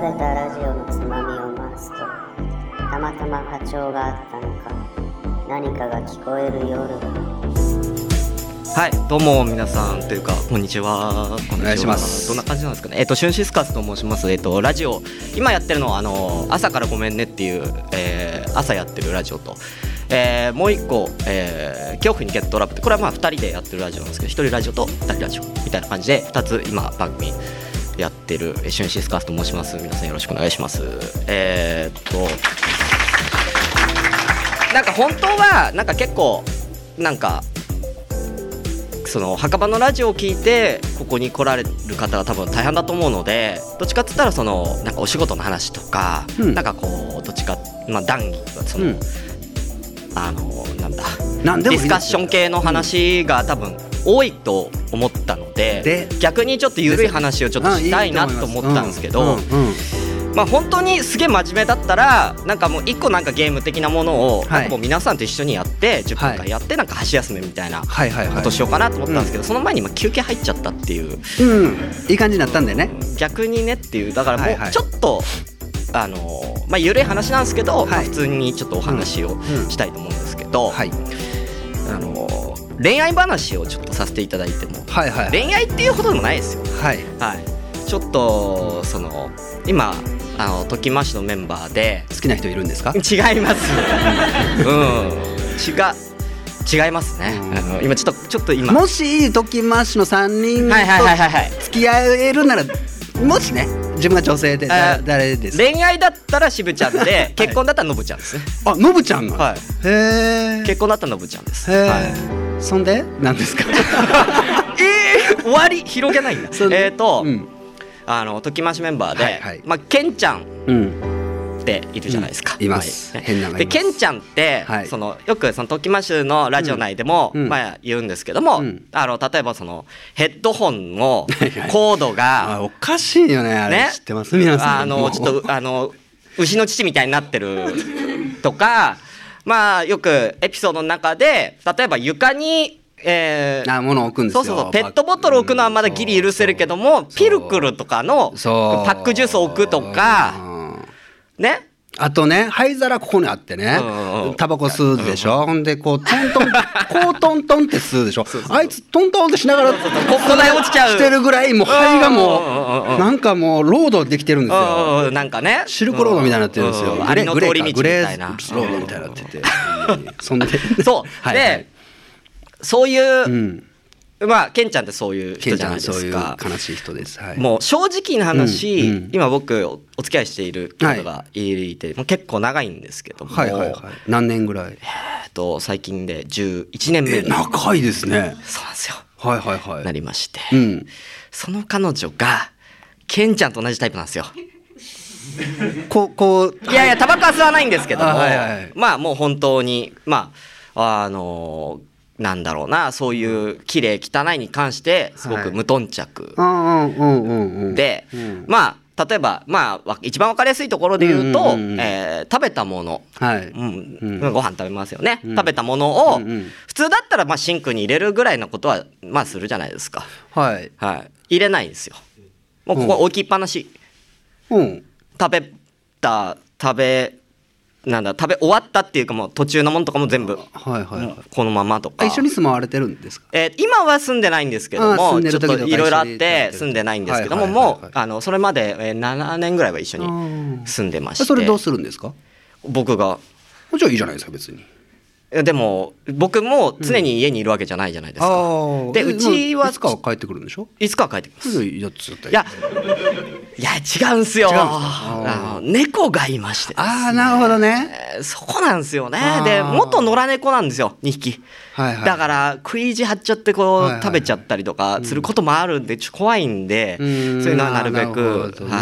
れたラジオのつまみを回すとたまたま波長があったのか何かが聞こえる夜はい、どうも皆さんというかこんにちは。お願いしますどんな感じなんですかね。えっ、とシュンシスカスと申します。えっ、とラジオ今やってるのはあの朝からごめんねっていう、えー朝やってるラジオと。えーもう一個、えー恐怖にゲットラップってこれはまあ二人でやってるラジオなんですけど一人ラジオと二人ラジオみたいな感じで二つ今番組やってるえーシュンシスカスと申します皆さんよろしくお願いしますえーっとなんか本当はなんか結構なんかその墓場のラジオを聞いてここに来られる方が多分大半だと思うのでどっちかって言ったらそのなんかお仕事の話とか、うんなんかこうどっちかまあ談義その、うんあのなんだなんでもデいィスいカッション系の話が多分多いと思ったのでで逆にちょっと緩い話をちょっとしたいなと思ったんですけど。うんうんうんまあ、本当にすげえ真面目だったらなんかもう一個なんかゲーム的なものをいなんかもう皆さんと一緒にやって10分は間いやってなんか箸休めみたいなこはいはいはいとしようかなと思ったんですけどその前に今休憩入っちゃったっていううんいい感じになったんだよね逆にねっていうだからはいはもういちょっとあのーまあ緩い話なんですけどまあはい普通にちょっとお話をんしたいと思うんですけどはいあのー恋愛話をちょっとさせていただいてもはいはい恋愛っていうほどでもないですよはいはいちょっとその今あのときましのメンバーで好きな人いるんですか違います。うん。違う。違いますね。うんあの今ちょっとちょっと今。はいもしときましの三人はいはいとはいはい。付き合えるならもしね自分が女性でだえー誰ですか恋愛だったらしぶちゃんで、結婚だったらのぶちゃんですね。あのぶちゃんがはい。へえ結婚だったらのぶちゃんです。へえはい。そんで何ですかえー終わり広げないんだ。そんでえっとうんあのときましメンバーはいではい、まあケンちゃんうんっているじゃないですか。うんいますはい変なのがいでますケンちゃんって、はいそのよくそのトキマシュのラジオ内でも、うんうんまあ言うんですけども、うんあの例えばそのヘッドホンのはいはいコードがあおかしいよねあれね知ってます皆さんあのちょっとあの牛の乳みたいになってるとかまあよくエピソードの中で例えば床に、えーあ物を置くんですそようそうそうペットボトル置くのはまだギリ許せるけども、そうピルクルとかのそうパックジュース置くとかうんねあとね灰皿ここにあってねうんうんうんタバコ吸うでしょほんでこうト ントンこうトントンって吸うでしょあいつトントンってしながらここだよ落ちちゃうしてるぐらいもう肺がうんうんうんもううんなんかもうロードできてるんですようんうんなんかねシルクロードみたいになってるんですうようグあレれのーグ通レーりか道みグレたいなーロードみたいになっててそんでそう はいでそういうう、んまあケンちゃんってそういう人ケンじちゃゃないんでそうすいうか悲しい人ですはいもう正直な話、うんうん今僕おお付き合いしている方がいて、もう結構長いんですけども、はいはいはい何年ぐらいえっと最近で11年目えにそう仲いいですねなんですよはいはいはいなりまして、うんその彼女がケンちゃんと同じタイプなんですよこうこういやいや、タバコは吸わないんですけども、あはいはいまあもう本当に、まあ、あのーなんだろうな、そういう綺麗汚いに関して、すごはくい無頓着うんうんうんうんうんで、うんまあ、例えば、まあ、わ一番わかりやすいところで言うと、うんうんうんうんえー食べたもの。はいうんうんご飯食べますよね、うん食べたものを、うんうん普通だったらまあシンクに入れるぐらいのことはまあするじゃないですか、はいはい、入れないんですよもうここは置きっぱなし、うん食べた食べなんだ食べ終わったっていうかもう途中のものとかも全部はいはいはいこのままとかあ一緒に住まわれてるんですかえー今は住んでないんですけどあー住もんでちょるっ時とかといろいろあっ一緒にやっててる住んでないんですけどもはいはいはいはもいうあのそれまでえー7年ぐらいは一緒あにー住んでましてそれどうするんですか僕がじゃあいいじゃないですか別にえでも僕も常に家にいるわけじゃないじゃないですか、あでうちはいつかは帰ってくるんでしょいつかは帰ってきますそれじゃあずっといやいや違うんすよ違うんすかあの猫がいましてですねああなるほどねえーそこなんですよねあーで元野良猫なんですよ2匹、はいはいだから食い意地張っちゃってこう、はいはい食べちゃったりとかすることもあるんでちょっと怖いんで、うーんそういうのはなるべなるほくどねは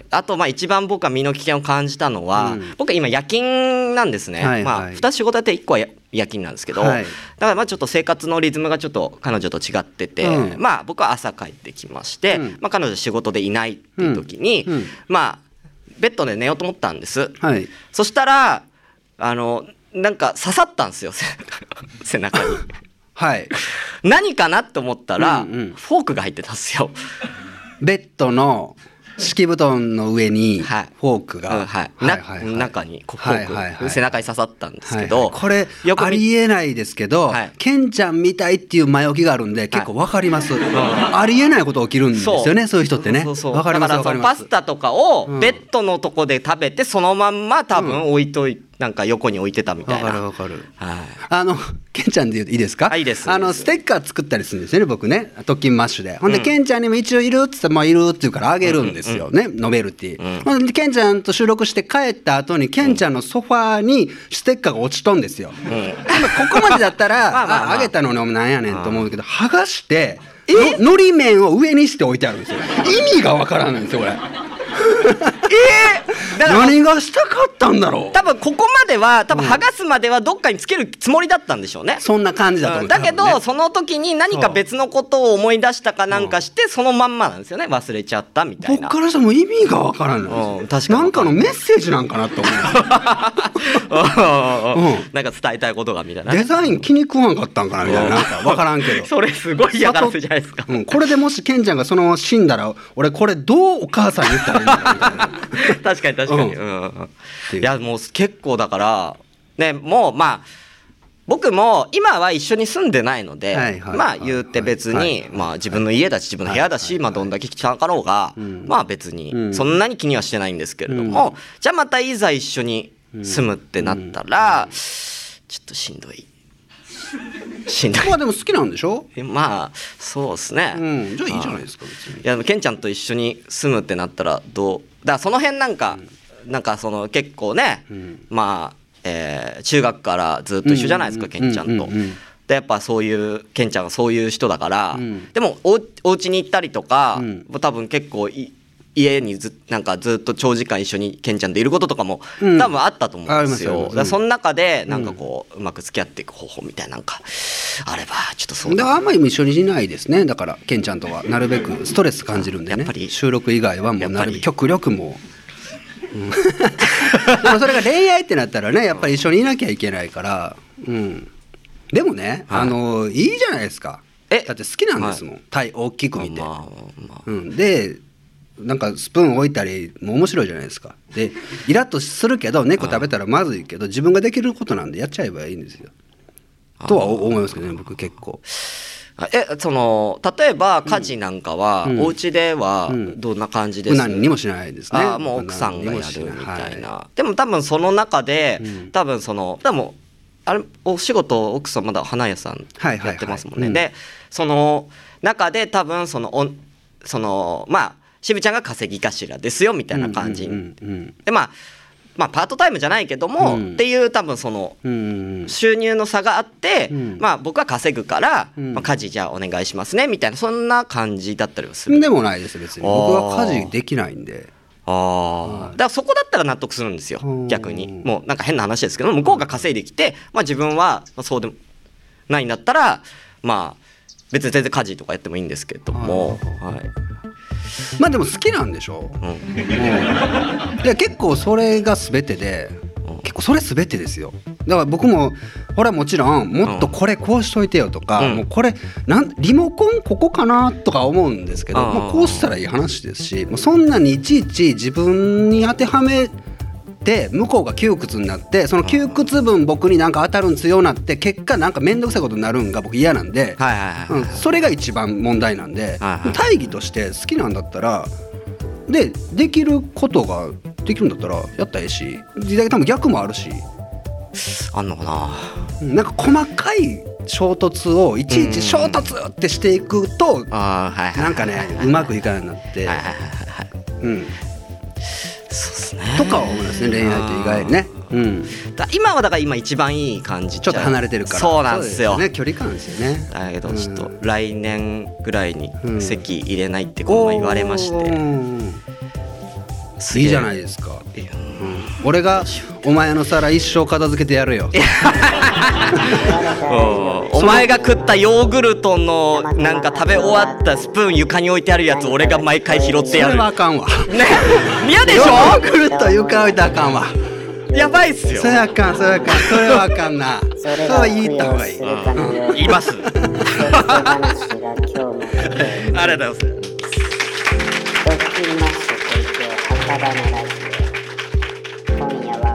い、あとまあ一番僕は身の危険を感じたのは、うん僕は今夜勤なんですね、はいはいまあ、2つ仕事やって1個はや夜勤なんですけど、はいだからまあちょっと生活のリズムがちょっと彼女と違ってて、うんまあ、僕は朝帰ってきまして、うんまあ、彼女仕事でいないっていう時に、うんうんまあベッドで寝ようと思ったんです、はいそしたら、あの、なんか刺さったんですよ、せ背中に。はい何かなって思ったら、うんうんフォークが入ってたんですよ。ベッドの敷布団の上にフはいォークうんが、はいはないはいはい中にこうフはいォはいはいーク背中に刺さったんですけはいどはいこれよく見ありえないですけど、はいケンちゃんみたいっていう前置きがあるんで結構わかります、ありえないこと起きるんですよねそういう人ってねそうそうわかりますだわかからりそのまパすスタとかをうんベッドのとこで食べてそのまんま多分置いといなんか横に置いてたみたわいかるなわかるはいあのケンちゃんで言うといいですかあいいですあのステッカー作ったりするんですよね僕ね特勤マッシュでほんで、ケンちゃんにも一応いるっつって「まあ、いる」って言うからあげるんですよね、ノベルティ、ほんでケンちゃんと収録して帰った後にケンちゃんのソファーにステッカーが落ちとんですよ、ほんでここまでだったまあらまあまあああげたのにお前なんやねんと思うけど剥がしてのり面を上にして置いてあるんですよ意味がわからないんですよこれだから 何がしたかったんだろう多分ここまでは多分剥がすまではどっかにつけるつもりだったんでしょうね。そんな感じだと思う、だけど、多分ねその時に何か別のことを思い出したかなんかして、そのまんまなんですよね忘れちゃったみたい僕なからしたらもう意味がわからないんですようん確かになんかのメッセージなんかなと思うんですようんうんうんう なんか伝えたいことがみたいなデザイン気に食わんかったんかなみたいななんかわからん けどそれすごい嫌がらせじゃないですかうん、これでもしケンちゃんがそのまま死んだら俺これどうお母さんに言ったらいいんだろうみたいな確かに確かに、ううんんうんてうん、いういやもう結構だからねもうまあ僕も今は一緒に住んでないので、はいはいまはあい言うて別に、はいまあ自分の家だし自分の部屋だし、まあどんだけ汚かろうが、んまあ別うんにそんなに気にはしてないんですけれども、じゃあまたいざ一緒に住むってなったら、ちょっとしんどいしんどいまあでも好きなんでしょ、えまあそうですね、うん、じゃあいいじゃないですか別にいやでもケンちゃんと一緒に住むってなったらどうだからその辺なんか、なんかその結構ね、んまあ、えー中学からずっと一緒じゃないですか、うんうケンんちゃんと。うんうんうんでやっぱそういうケンちゃんがそういう人だから、んでもおお家に行ったりとか、うん多分結構い家にずなんかずっと長時間一緒にケンちゃんといることとかも、うん多分あったと思うんですありよ。ますありますだからその中でなんかこう、うまく付き合っていく方法みたいななんかあればちょっとそうでだあんまり一緒にしないですねだからケンちゃんとはなるべくストレス感じるんでねやっぱり収録以外はもやうっなぱりるべく極力もう、うん でもそれが恋愛ってなったらねやっぱり一緒にいなきゃいけないからうんでもね、はいあのいいじゃないですかえだって好きなんですもん、タイ大きく見て、まあまあうん、でなんかスプーン置いたりも面白いじゃないですかでイラッとするけど猫食べたらまずいけど自分ができることなんでやっちゃえばいいんですよとは思いますけどね僕結構。あえその例えば家事なんかは、うんお家ではんどんな感じです、何にもしないですね。あーもう奥さんがやるみたいな、でも多分その中で、うん多分その多分あれお仕事奥さんまだ花屋さんはいはいはいやってますもんね、うんでその中で多分そのおそのまあ渋ちゃんが稼ぎ頭ですよみたいな感じ、うんうんでまあまあパートタイムじゃないけども、うんっていう多分そのうんうん収入の差があって、うんまあ僕は稼ぐから、うんまあ、家事じゃあお願いしますねみたいなそんな感じだったりはすうる、んでもないです別にあー僕は家事できないんでああだからそこだったら納得するんですようん逆にもうなんか変な話ですけど向こうが稼いできて、まあ、自分はまあそうでもないんだったらまあ別に全然家事とかやってもいいんですけども、はいまあでも好きなんでしょ、うんうん、で結構それが全てで結構それ全てですよだから僕もほらもちろんもっとこれこうしといてよとか、うんもうこれなんリモコンここかなとか思うんですけど、あーもうこうしたらいい話ですしもうそんなにいちいち自分に当てはめて向こうが窮屈になってその窮屈分僕になんか当たるん強なって結果なんか面倒くさいことになるんが僕嫌なんで、はいはいはい、うん、それが一番問題なんで、はいはい大義として好きなんだったらでできることができるんだったらやったらええし時代多分逆もあるし、あんのかなうんなんか細かい衝突をいちいち衝突ってしていくと、あーはいはいなんかねうまくいかないなって、はいはいはいはいうそうん、ですねとかは思いますね恋愛って意外にね、うん、だ今はだから今一番いい感じちょっと離れてるからそうなんですよそうね距離感ですよねだけどうんちょっと来年ぐらいにうん席入れないってこの前言われましおて、ーすげえいいじゃないですかいや俺がお前の皿一生片付けてやるようんお前が食ったヨーグルトのなんか食べ終わったスプーン床に置いてあるやつ俺が毎回拾ってやそれるはねあかんわ嫌でしヨょーグルト床置いたらあかんわやばいっすよそれはあかんそれはあかんそれはあかんなそそれれがは供言った方養がいいするかのよう言いにます手話が今日も来てありがとうございますドッキリマッシュとただのラジオ今夜は